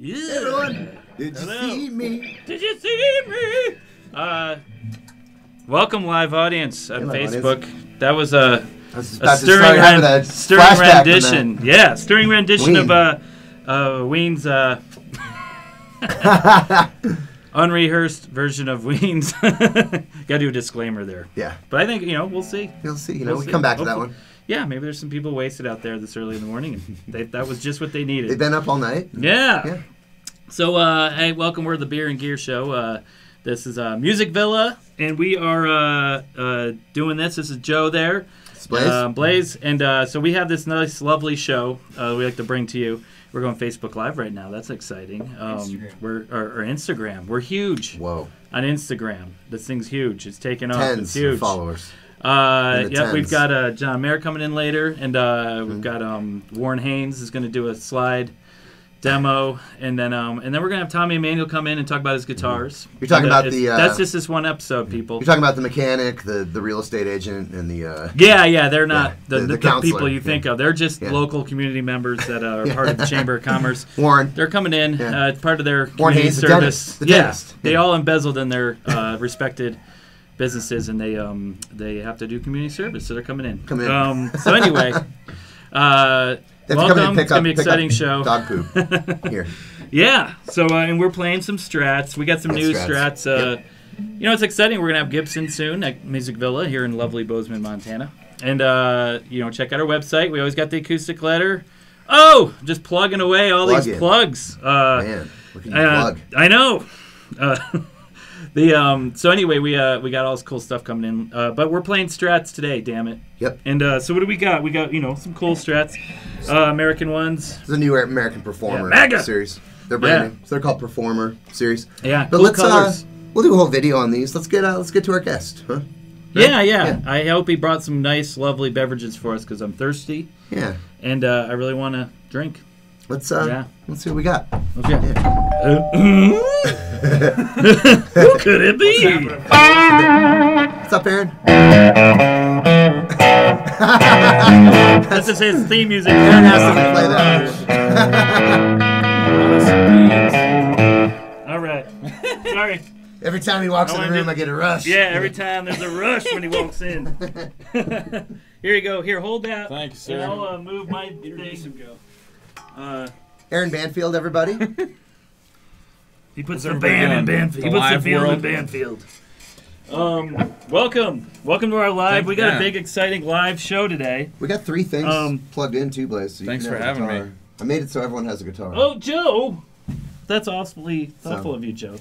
Everyone, did you Hello. see me? Did you see me? Uh, welcome, live audience on Hey, live Facebook. That was a, I was a about to start stirring, having ren- a stirring flashback from rendition. Yeah, stirring rendition of Ween. uh, uh, Ween's uh, that. unrehearsed version of Ween's. Got to do a disclaimer there. yeah, But I think, you know, we'll see. you'll see. You know, We'll we see. come back to that Hopefully- one. Yeah, maybe there's some people wasted out there this early in the morning, and they, that was just what they needed. They've been up all night. Yeah. Yeah. So, uh, hey, welcome. We're the Beer and Gear Show. Uh, this is uh, Music Villa, and we are uh, uh, doing this. This is Joe there, Blaze. Uh, Blaze, and uh, so we have this nice, lovely show uh, we like to bring to you. We're going Facebook Live right now. That's exciting. Um, Instagram. We're or, or Instagram. We're huge Whoa, on Instagram. This thing's huge. It's taken off. Oh, it's tens of huge. followers. Uh, In the yeah, tens. Mm-hmm. we've got uh, John Mayer coming in later, and uh, we've got um, Warren Haynes is going to do a slide demo, and then um, and then we're going to have Tommy Emmanuel come in and talk about his guitars. Mm-hmm. You're talking And, about it's- the, uh, that's just this one episode, people. You're talking about the mechanic, the the real estate agent, and the uh, Yeah, yeah, they're not Yeah, the, the- the, the the people counselor, you think of. They're just Yeah. local community members that uh, are part of the Chamber of Commerce. Warren. They're coming in. Yeah. Uh, it's part of their Warren community Hayes, the service. dentist. The yeah, dentist. they Yeah. all embezzled in their uh, respected businesses, and they um, they have to do community service, so they're coming in. Coming in. Um, so anyway, uh, They have to come in and welcome. pick It's gonna up- be pick up exciting show. Dog poop. Here. Yeah. So uh, and we're playing some strats. We got some Yeah, new strats. strats. uh, You know, it's exciting. We're gonna have Gibson soon at Music Villa here in lovely Bozeman, Montana. And uh, you know, check out our website. We always got the acoustic letter. Oh, just plugging away all Plug these in. plugs. Uh, Man, look at you uh, plug. I know. Uh, the um. So anyway, we uh we got all this cool stuff coming in. Uh, but we're playing strats today. Damn it. Yep. And uh, so what do we got? We got you know some cool strats, uh, American ones. It's a new American Performer Yeah, MAGA! series. They're brand Yeah. new. So they're called Performer series. Yeah. But cool let's colors. uh, we'll do a whole video on these. Let's get uh, let's get to our guest, huh? yeah, Yeah. yeah, I hope he brought some nice, lovely beverages for us because I'm thirsty Yeah. and uh, I really want to drink. Oh, Let's uh Yeah. let's see what we got. Okay. Yeah. Who could it be? What's up, Aaron? That's just his theme music. Aaron has to play that. All right. Sorry. Every time he walks I in the wanna room, do- I get a rush. Yeah, every time there's a rush when he walks in. Here you go. Here, hold that. Thank you, And I'll sir. uh, move my thing. Uh, Aaron Banfield, everybody. he puts the What's band in everybody doing? Banfield. He The puts the live field in world? Banfield. Um, welcome, welcome to our live. Thank- we got a yeah. big, exciting live show today. We got three things Um, plugged in too, Blaze. So you Thanks can for have a having guitar. me. I made it so everyone has a guitar. Oh, Joe, that's awfully thoughtful So- of you, Joe.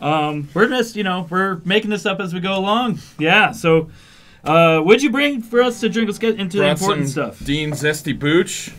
Um, we're just, you know, we're making this up as we go along. Yeah. So, uh, what'd you bring for us to drink? Let's get into the Brought important some stuff. Dean Zesty Booch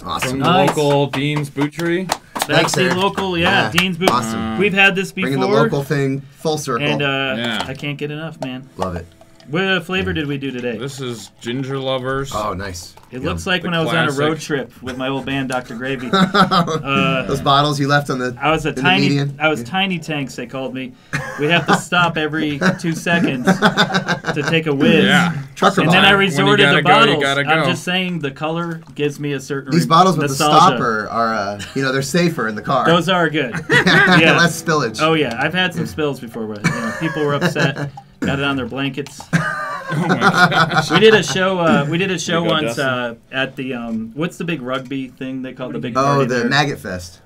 from awesome. the Nice. local Dean's Boochery. That's Thanks, the Aaron. local, yeah, Yeah, Dean's Booth. awesome. We've had this before, Bringing the local thing full circle. and uh, Yeah. I can't get enough, man. Love it. What uh, flavor did we do today? This is Ginger Lovers. Oh, nice. it Yum. looks like The when I was on a road classic. trip with my old band, Dr. Gravy. Uh, those bottles you left on the. I was a in the tiny, median. I was tiny tanks. They called me. We have to stop every two seconds to take a whiz. Yeah. Trucker And then I bottle. When you resorted gotta to go, you bottles. gotta I'm go. just saying the color gives me a certain These re- bottles with nostalgia. the stopper are, uh, you know, they're safer in the car. Those are good. yeah. Less spillage. Oh yeah, I've had some spills before where you know, people were upset. Got it on their blankets. Oh my gosh. We did a show. Uh, we did a show Here you go, once Dustin. uh, at the um, what's the big rugby thing they call the big Oh, party the there? Maggot Fest.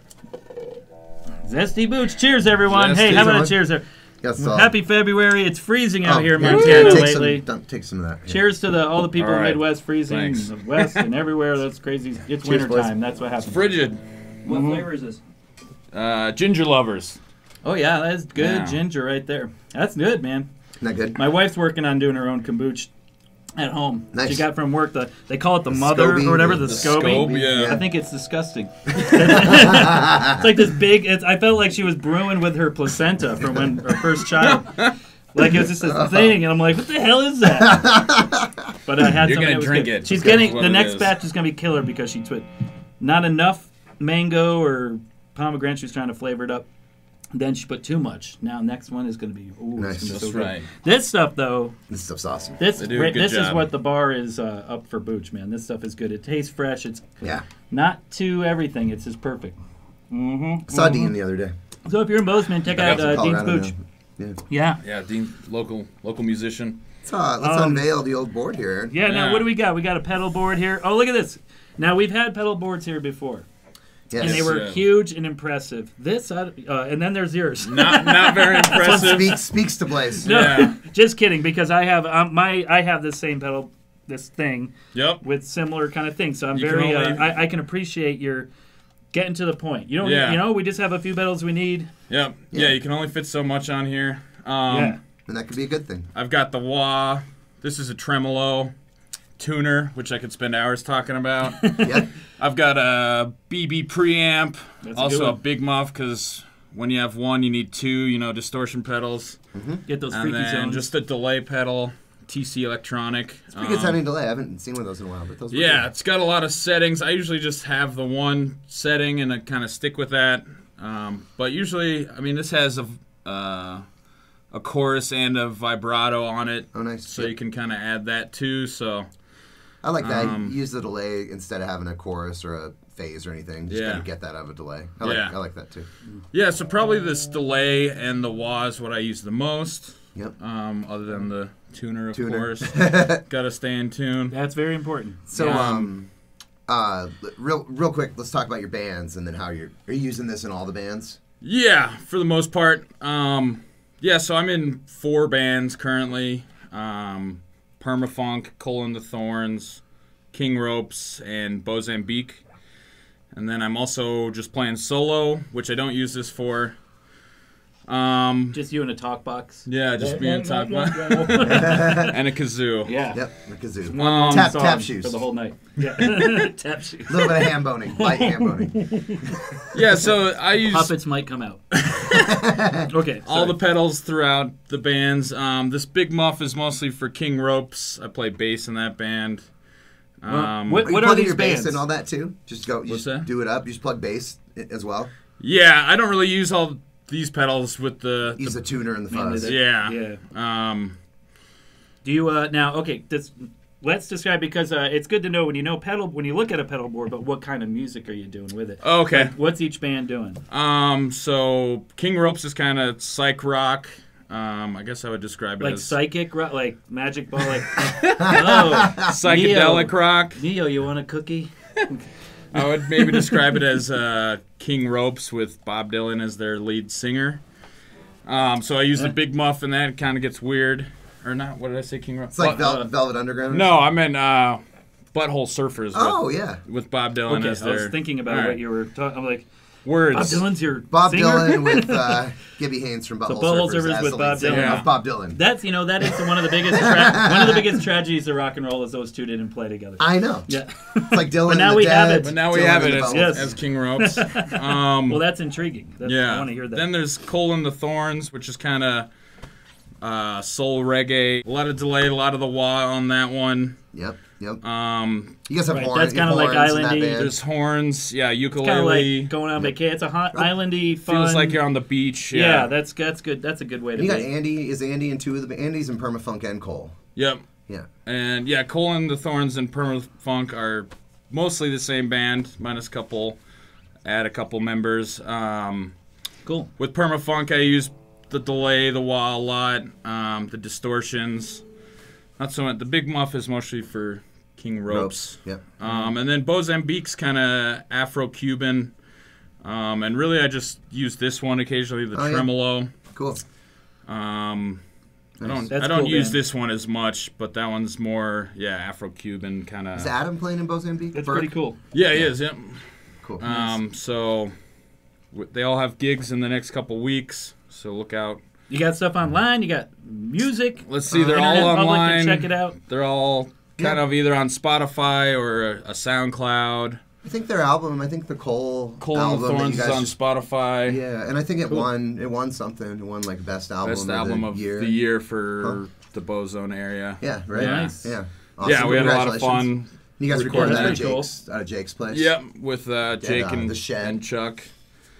zesty boots. Cheers, everyone! hey, Zesty. how about a Everyone. cheers? there? Yes, Happy February! It's freezing out here in Oh, yeah, Montana take lately. Some, dump- take some of that. yeah. Cheers to the all the people All right. in Midwest freezing, Thanks. the West and everywhere. That's crazy. It's winter boys. time. That's what happens. Frigid. What flavor is this? Uh, ginger lovers. Oh yeah, that's good Yeah. ginger right there. That's good, man. Isn't that good? My wife's working on doing her own kombucha at home. Nice. She got from work the they call it the, mother SCOBY, or whatever the, the scoby. scoby, yeah. I think it's disgusting. it's like this big. It's, I felt like she was brewing with her placenta from when her first child. Like it was just this thing, and I'm like, what the hell is that? But I had You're some. and gonna it was drink good. it. She's That's getting what the it next is. batch is gonna be killer because she twit not enough mango or pomegranate. She was trying to flavor it up. Then she put too much. Now next one is gonna be ooh, Nice. That's it's gonna be so That's good. right. This stuff though, This stuff's awesome. this They do a good this is job. what the bar is uh, up for Booch, man. This stuff is good. It tastes fresh. It's Yeah. not too everything. It's just perfect. I saw Dean the other day. So if you're in Bozeman, check out That's uh, Dean's Colorado Booch. now. Yeah. Yeah. Yeah, Dean, local local musician. Let's, uh, let's Um, unveil the old board here. Aaron. yeah. Now Yeah. what do we got? We got a pedal board here. Oh, look at this. Now we've had pedal boards here before, and Yes. they were Yeah. huge and impressive. This, uh, uh, and then there's yours. Not not very impressive. Speaks speaks to Blaze. No, Yeah. just kidding. Because I have um, my I have this same pedal, this thing, Yep. with similar kind of things. So I'm You can very, only- uh, I, I can appreciate your getting to the point. You don't, Yeah. you know, we just have a few pedals we need. Yep. Yeah, you can only fit so much on here. Um, yeah. And that could be a good thing. I've got the wah. This is a tremolo tuner, which I could spend hours talking about. Yeah. I've got a BB preamp, That's a good also a one. Big Muff, because when you have one, you need two, you know, distortion pedals, Get those and freaky then zones. just a delay pedal, TC Electronic. It's Pretty good sounding delay. I haven't seen one of those in a while, but those. were Uh-huh. Yeah, good. it's got a lot of settings. I usually just have the one setting and I kind of stick with that. Um, but usually, I mean, this has a uh, a chorus and a vibrato on it, Oh, nice. so you can kind of add that too. So I like that. um, Use the delay instead of having a chorus or a phase or anything. Just Yeah. kind of get that out of a delay. I like, Yeah. I like that too. yeah, so probably this delay and the wah is what I use the most. Yep. Um, other than the tuner, of Tuner. course, gotta stay in tune. That's very important. So Yeah. um, uh, l- real real quick, let's talk about your bands and then how you're are you using this in all the bands? Yeah, for the most part. Um, yeah, so I'm in four bands currently: um, Permafunk, Colin the Thorns, King Ropes, and Bozambique. And then I'm also just playing solo, which I don't use this for. Um, Just you in a talk box. yeah, just being top and a kazoo. yeah. Yep, the kazoo. Um, tap Song tap shoes. for the A whole night. Yeah. tap shoes. little bit of hand boning, light hand boning. Yeah, so I use Puppets might come out. okay. all the pedals throughout the bands. Um, this big muff is mostly for King Ropes. I play bass in that band. Um, what- Are you what are plugging these your bands? bass and all that too? Just go. You What's just that? do it up. You just plug bass i- as well. Yeah, I don't really use all these pedals with the. Use the tuner and the Man, fuzz. they- yeah. Yeah. Um, Do you uh now? Okay, this, let's describe because uh, it's good to know when you know pedal when you look at a pedal board, but what kind of music are you doing with it? okay. What's each band doing? Um, so King Ropes is kind of psych rock. Um, I guess I would describe it Like as psychic, ro- like magic ball, like oh psychedelic Neo. rock. Neo, you want a cookie? I would maybe describe it as uh, King Ropes with Bob Dylan as their lead singer. Um, so I use the big muff in that. It kind of gets weird, or not? What did I say? King Ropes. It's like Bu- Vel- uh, Velvet Underground. no, I meant uh, Butthole Surfers. Oh with, yeah. with Bob Dylan Okay, as I their was thinking about All right. what you were talking. I'm like words. Bob Dylan's your Bob singer? Dylan with uh, Gibby Haynes from Butthole Butthole Surfers, Surfers as with the lead Bob singer Dylan. Yeah. of Bob Dylan. That's you know that is one of the biggest tra- one of the biggest tragedies of rock and roll is those two didn't play together. I know. yeah. It's like Dylan. now and the we have Dead, it. But now we Dylan have and the it as, Bubbles. Yes. as King Ropes. Um, Well, that's intriguing. That's, yeah. I want to hear that. Then there's Colin the Thorns, which is kind of uh, soul reggae. A lot of delay, a lot of the wah on that one. Yep. Yep. Um, You guys have Uh, Right, horns. that's you have kinda like E, horns in that Islandy. band. there's horns, yeah, kind of ukulele. like going on vacation. It's a hot islandy fun. Feels like you're on the beach. yeah. Yeah. that's that's good. That's a good way to. And you got be. Andy. Is Andy in two of the ba- Andy's in Permafunk and Cole. yep. Yeah. And yeah, Colin the Thorns and Permafunk are mostly the same band, minus a couple, add a couple members. Um, Cool. with Permafunk, I use the delay, the wah a lot, um, the distortions. Not so much. The big muff is mostly for King Ropes. Yep. Um, and then Bozambique's kind of Afro-Cuban. Um, and really, I just use this one occasionally, the Oh, yeah. tremolo. Cool. Um, I don't. That's I don't cool, use Dan. this one as much, but that one's more, yeah, Afro-Cuban kind Is of. Adam playing in Bozambique? That's Burke? pretty cool. Yeah, he is. Yep. Cool. Um, so w- they all have gigs in the next couple weeks, so look out. You got stuff online. You got music. Let's see, they're all Uh, Internet public can online. check it out. They're all kind Yeah. of either on Spotify or a, a SoundCloud. I think their album. I think the Cole, Cole and the album. that Thorns you is guys on just- Spotify. yeah, and I think it Cool. won. It won something. It won like best album. Best of album the of year. the year for the Bozone area. Yeah. Right. Yeah. Nice. Yeah. Yeah, Awesome. we had a lot of Congratulations. fun. You guys recording recorded that that. at Pretty cool. Jake's, out of Jake's place. Yep, with uh, Jake uh, and, The Shed. and Chuck.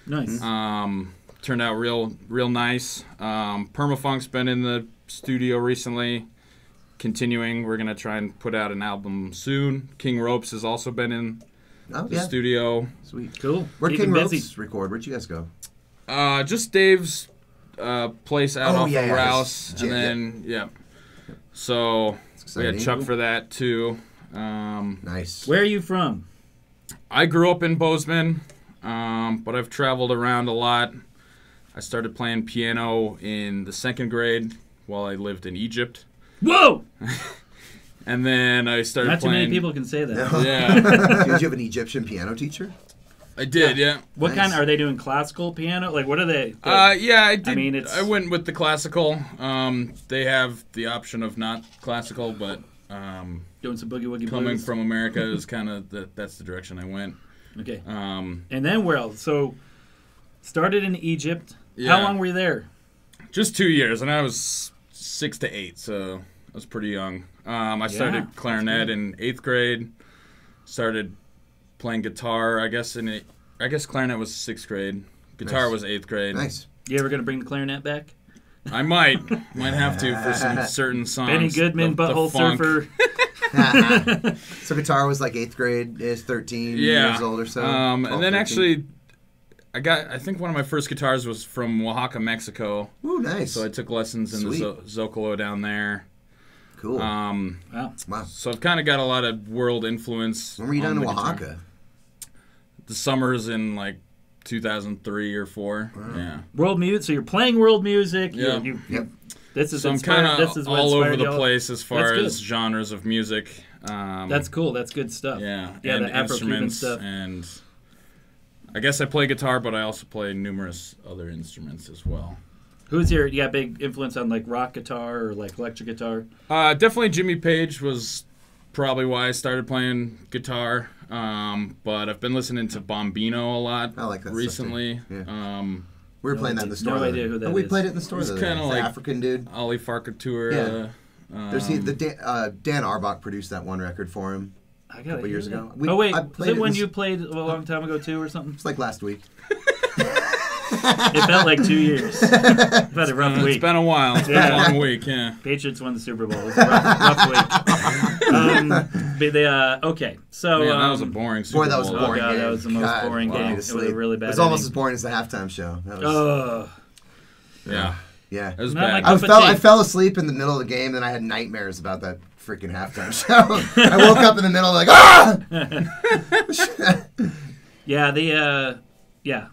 Nice. Um, turned out real, real nice. Um, Permafunk's been in the studio recently. Continuing, we're gonna try and put out an album soon. King Ropes has also been in Oh the yeah. studio. Sweet. Cool. Where'd Keep 'em King busy. Ropes record? Where'd you guys go? Uh, just Dave's uh, place out Oh, off yeah, of yeah, Rouse, it's- and yeah, then yeah. So It's we had exciting. Chuck for that too. Um, Nice. Where are you from? I grew up in Bozeman, um, but I've traveled around a lot. I started playing piano in the second grade while I lived in Egypt, Whoa! and then I started Not too playing. many people can say that. Yeah, Did you have an Egyptian piano teacher? I did. Yeah, What Nice. kind are they doing? Classical piano? Like what are they? Uh, yeah, I did. I mean, it's- went with the classical. Um, they have the option of not classical, but um, doing some boogie woogie coming blues. from America is kind of the, that's the direction I went. okay. Um, And then where else? So started in Egypt. Yeah. How long were you there? just two years, and I was six to eight, so I was pretty young. Um, I Yeah, started that's clarinet in eighth grade. Started playing guitar, I guess. In it, I guess clarinet was sixth grade. Guitar Nice. was eighth grade. Nice. You ever gonna bring the clarinet back? I might, might have to for some certain songs. Benny Goodman, Um, The- the Butthole funk. Surfer. so guitar was like eighth grade, is thirteen yeah. years old or so. Um, 12, and then 13. actually, I got I think one of my first guitars was from Oaxaca, Mexico. Ooh, nice. So I took lessons in Sweet. the Zo- Zocalo down there. cool. Um, Wow. wow. so I've kind of got a lot of world influence. When were you on down in the guitar. Oaxaca? The summers in like 2003 or four. Yeah. World music. So you're playing world music. you- Yeah. You, Yep. This is So I'm inspired- kind this is of what all over inspired the y'all. place as far That's good. as genres of music. Um, That's cool. That's good stuff. yeah, Yeah. and the Afro-Cuban instruments stuff. and. I guess I play guitar, but I also play numerous other instruments as well. Who's your? You got big influence on like rock guitar or like electric guitar. Uh, definitely Jimmy Page was probably why I started playing guitar. Um, but I've been listening to Bombino a lot I like that stuff, too. recently. Yeah. um, We were playing that in idea- the store. no the other idea day. who that Oh, we is. played it in the store. He's the other day. kinda It's the like- African dude. Ollie Farkatura. Um, There's he, the Dan, uh, Dan Arbach produced that one record for him. I got Couple years ago. We- oh wait, I was played it it when this- you played a long time ago too, or something? It's like last week. It felt like two years. About a rough It's week. been a while. It's been Yeah. a long week. Yeah. Patriots won the Super Bowl. It was a rough, rough week. Um, but they, uh, okay, so Man, that um, was a boring. Super Boy, that was a Bowl. boring Oh, God, game. that was the most God, boring put me game. to It was a sleep. really It bad Oh. was almost inning. as boring as the halftime show. That was, Ugh. Yeah, yeah. it was Not bad. like- I Cup of fell, tea. I fell asleep in the middle of the game, and I had nightmares about that freaking halftime show. I woke up in the middle, like, ah! yeah, the uh, yeah,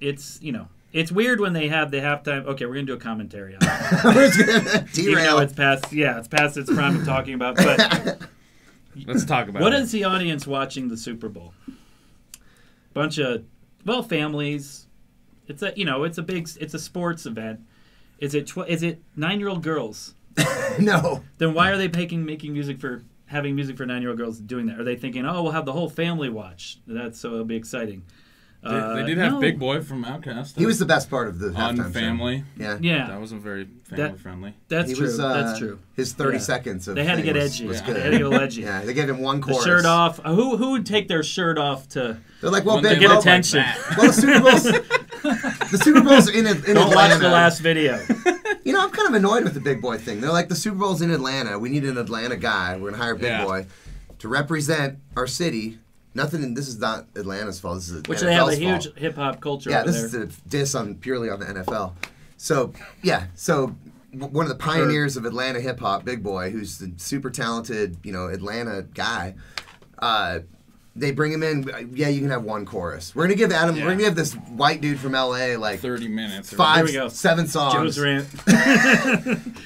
it's you know. It's weird when they have the halftime. Okay, we're gonna do a commentary on it. Even though Derail. it's past, yeah, it's past its prime of talking about. But Let's talk about what it. is the audience watching the Super Bowl? Bunch of well, families. It's a you know, it's a big, it's a sports event. Is it tw- is it nine year old girls? no. then why are they making making music for having music for nine year old girls doing that? Are they thinking, oh, we'll have the whole family watch? That's so it'll be exciting. Uh, They, they did have Big Boy from Outkast. He was the best part of the halftime on Family. show. Yeah. Yeah, That wasn't very family friendly. that's He true. was, uh, that's true. His 30 Yeah. seconds of They had to thing get was, edgy. was They had to good. get a little edgy. Yeah, they gave him one The chorus. shirt off. Uh, Who who would take their shirt off to They're like, well, When they big, get well, look like attention? that. Well, the Super Bowls. the Super Bowls in, in Don't Atlanta. watch the last video. You know, I'm kind of annoyed with the big boy thing. They're like, the Super Bowl's in Atlanta. We need an Atlanta guy. We're gonna hire a big Yeah. boy to represent our city. Nothing. in- This is not Atlanta's fault. This is Which NFL's they have a fault. huge hip hop culture Yeah, over this there. is a diss on purely on the NFL. So yeah, so w- one of the pioneers of Atlanta hip hop, Big Boy, who's the super talented, you know, Atlanta guy. Uh, they bring him in. uh, Yeah, you can have one chorus. We're gonna give Adam. We're gonna give this white dude from LA like Thirty minutes. or There five, we go. seven Joe's songs. rant. We're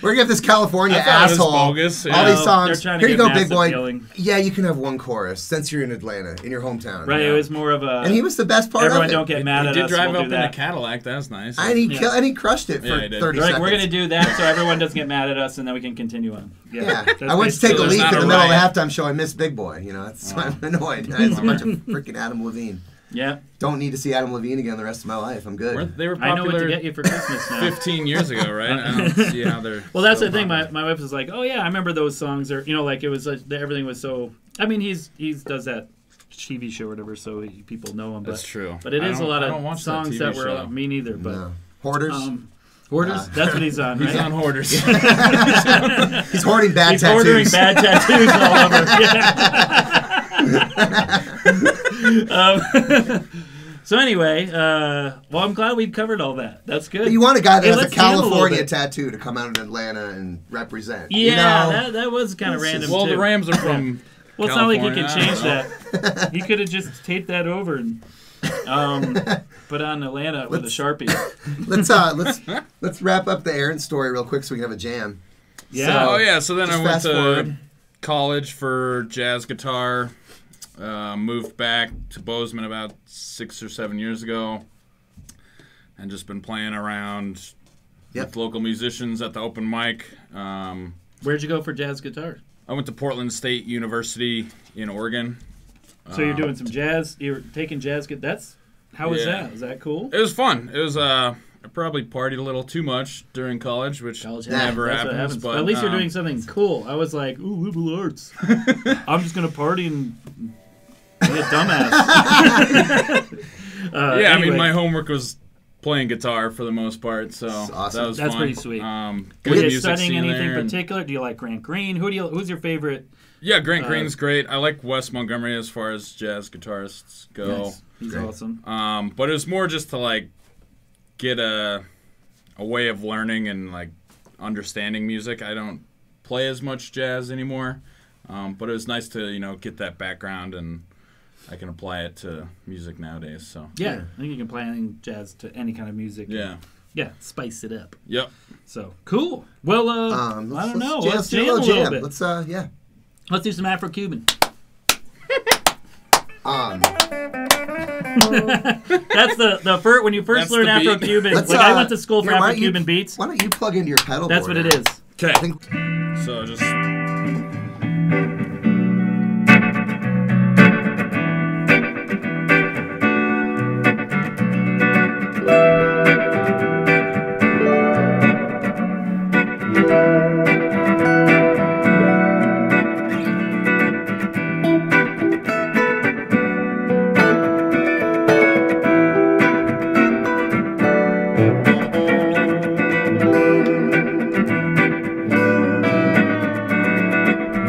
gonna give this California I thought it was asshole bogus, yeah. all these No, songs. they're trying to Here you go, get big massive boy. yelling. Yeah, you can have one chorus since you're in Atlanta, in your hometown. Right, Yeah. it was more of a. And he was the best part everyone of it. don't get mad he at did us. drive we'll up do in a that. Camelback. That was nice. And he Yeah. killed, and he crushed it Yeah, for he did. thirty They're like, seconds. we're gonna do that so everyone doesn't get mad at us, and then we can continue on. Yeah, yeah, that's I went to basically- take a So there's leak not in the a middle riot. of the halftime show. I missed Big Boy. You know, that's why I'm annoyed. It's a bunch of freaking Adam Levine. Yeah, Don't need to see Adam Levine again the rest of my life. I'm good. Weren't- they were I know what popular to get you for Christmas now. 15 years ago, right? I don't see how they're. Well, that's still the thing. My, popular. my wife was like, "Oh yeah, I remember those songs." Or you know, like it was like, the- everything was so. I mean, he's he's does that TV show or whatever, so he, people know him. But, That's true. But it I is a don't- lot I don't of watch that songs TV that, were uh, show. me neither. But no. Hoarders. um, Hoarders. that's what he's on. He's right? on hoarders. He's hoarding bad He's tattoos. ordering bad tattoos all over. Yeah. um, so anyway, uh, well, I'm glad we covered all that. That's good. But you want a guy that Hey, has a let's jam a little California bit. tattoo to come out of Atlanta and represent. yeah, you know? that, that was kind of random. well, too. the Rams are from. Well, it's not like he can California, I change don't that. he could have just taped that over and um, put on Atlanta with a Let's- sharpie. let's uh let's let's wrap up the Aaron story real quick so we can have a jam. Yeah. oh yeah. So then Just I went fast to forward. college for jazz guitar. Uh, moved back to Bozeman about six or seven years ago, and just been playing around Yep. with local musicians at the open mic. Um, Where'd you go for jazz guitar? I went to Portland State University in Oregon. So you're doing some jazz. You're taking jazz. guit- That's how was Uh-huh. Yeah. that? Is that cool? It was fun. It was uh, I probably partied a little too much during college, which College never That's what happens. But at least you're um, doing something cool. I was like, ooh, liberal arts. I'm just gonna party and be a dumbass. Uh, yeah, I anyway, mean, my homework was playing guitar for the most part, so awesome. that was That's fun. pretty sweet. Um, Were good you music studying scene anything there, and- particular? Do you like Grant Green? Who do you? Who's your favorite? Yeah, Uh, Grant Green's great. I like Wes Montgomery as far as jazz guitarists go. Nice. He's Great. awesome. Um, but it was more just to like get a a way of learning and like understanding music. I don't play as much jazz anymore, um, but it was nice to you know get that background and I can apply it to music nowadays. So Yeah, I think you can play anything jazz to any kind of music. yeah, yeah, spice it up. yep. So cool. Well, uh, Um, let's, I let's don't know. Jam, let's do jam a little bit. Let's, Let's uh yeah. do some Afro-Cuban. Um, That's the the first when you first That's learn the beat. Afro-Cuban. let's, Like uh, I went to school for yeah, why don't you- Afro-Cuban beats. Why don't you plug into your pedal? That's what board it now? is. Okay, I think so just Thank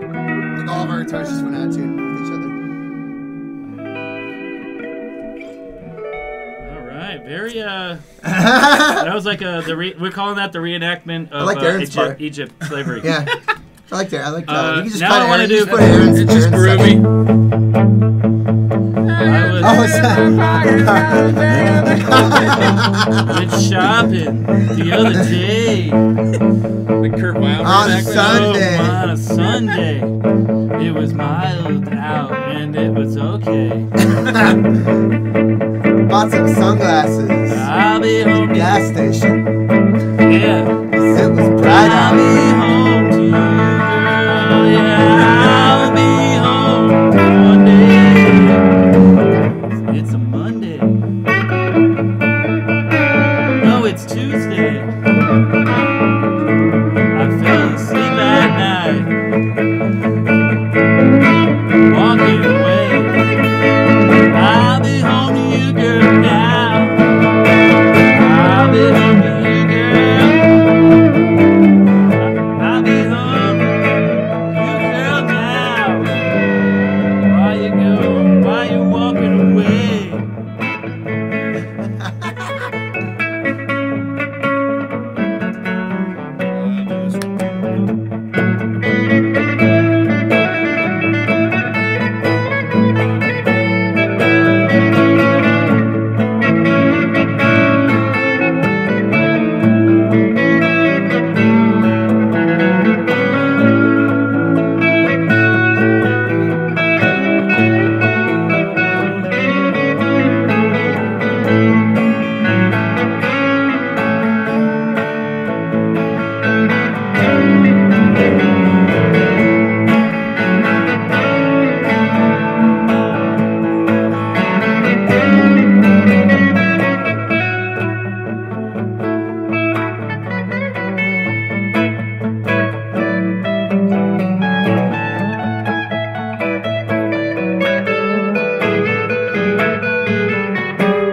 guitars just went out of tune with each other. All right, very. uh That was like a the re- we're calling that the reenactment of like uh, Darren's Egypt, part. Egypt slavery. Yeah. I like that. I like that. Uh, you can just now cut I wanna Aaron- you do- just put Aaron's, It's just Aaron's section. groovy. I was, Oh, sorry. Oh, went shopping the other day. The Kurt Weill On reenactment. Sunday. Oh, on a Sunday. It was mild out and it was okay. Bought some sunglasses. I'll be home. to- Gas station. Yeah. 'cause It was bright I'll out. be home to you, girl. Yeah, I'll be home one day. It's a Monday. No, it's Tuesday. I fell asleep at night. Walking away. I'll be home to you, girl, now. I'll be home to you, girl. I'll be home. You girl now. Why you going? Why you walking away?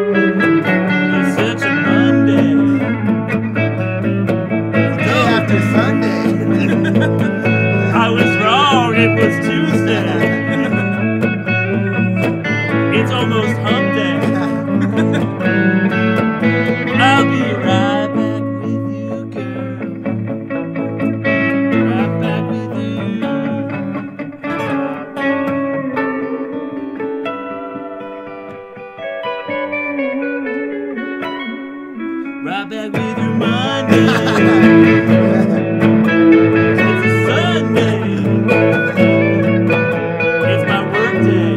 It's such a Monday. Day after Sunday. I was wrong. It was Tuesday. It's almost hump day. I'll be right back with you, girl. Right back with you. Right back with you Monday. It's a Sunday. It's my work day.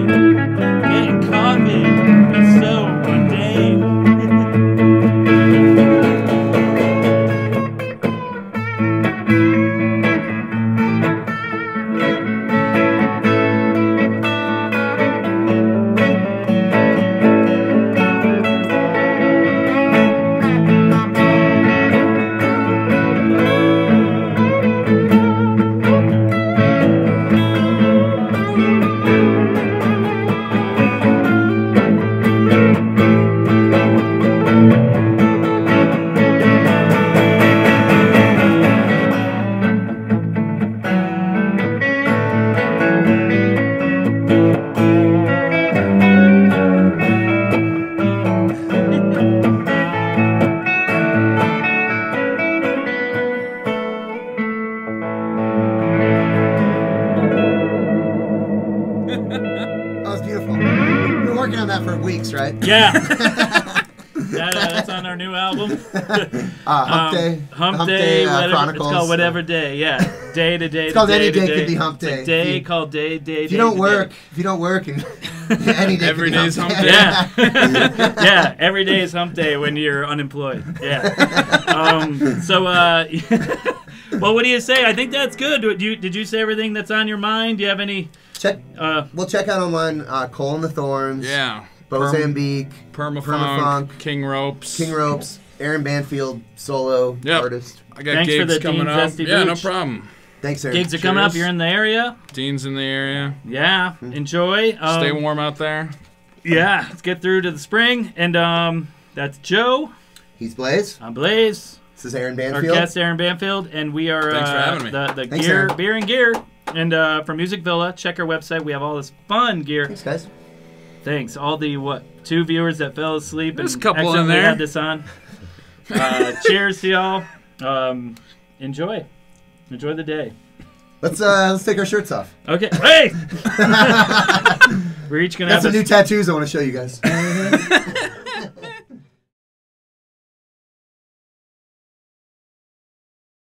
Getting coffee is so mundane. That was beautiful. We've been working on that for weeks, right? Yeah. that, uh, that's on our new album. Uh, hump Um, Day. Hump, Day. uh, whatever, Chronicles. It's called whatever day. Yeah. Day to day. It's called to any to day could be hump It's like day. day If you- called day day. If you don't work, if you don't work, and any day Every could be day's hump day. Yeah. yeah. Every day is hump day when you're unemployed. Yeah. Um, so, uh, well, what do you say? I think that's good. Did you, did you say everything that's on your mind? Do you have any? Check. Uh, We'll check out online uh, Cole and the Thorns. Yeah. Bozambique, Perm- Permafunk, Permafunk, King Ropes. King Ropes, Aaron Banfield, solo Yep. artist. I got Thanks for gigs the coming Dean up. Zesty yeah, no Booch. problem. Thanks, Aaron. gigs are coming up. Cheers. You're in the area. Dean's in the area. Yeah. Enjoy. Um, Stay warm out there. Yeah. Let's get through to the spring. And um, that's Joe. He's Blaze. I'm Blaze. This is Aaron Our Banfield. guest Aaron Banfield, and we are Thanks for uh, having me. the the Thanks, gear Aaron. beer and gear And uh, for Music Villa, check our website. We have all this fun gear. Thanks, guys. Thanks. All the what two viewers that fell asleep There's and a couple in accidentally there. had this on. Uh, cheers to y'all. Um, enjoy. Enjoy the day. Let's uh, let's take our shirts off. Okay. Hey. We're each gonna Got have some a new tattoos I want to show you guys.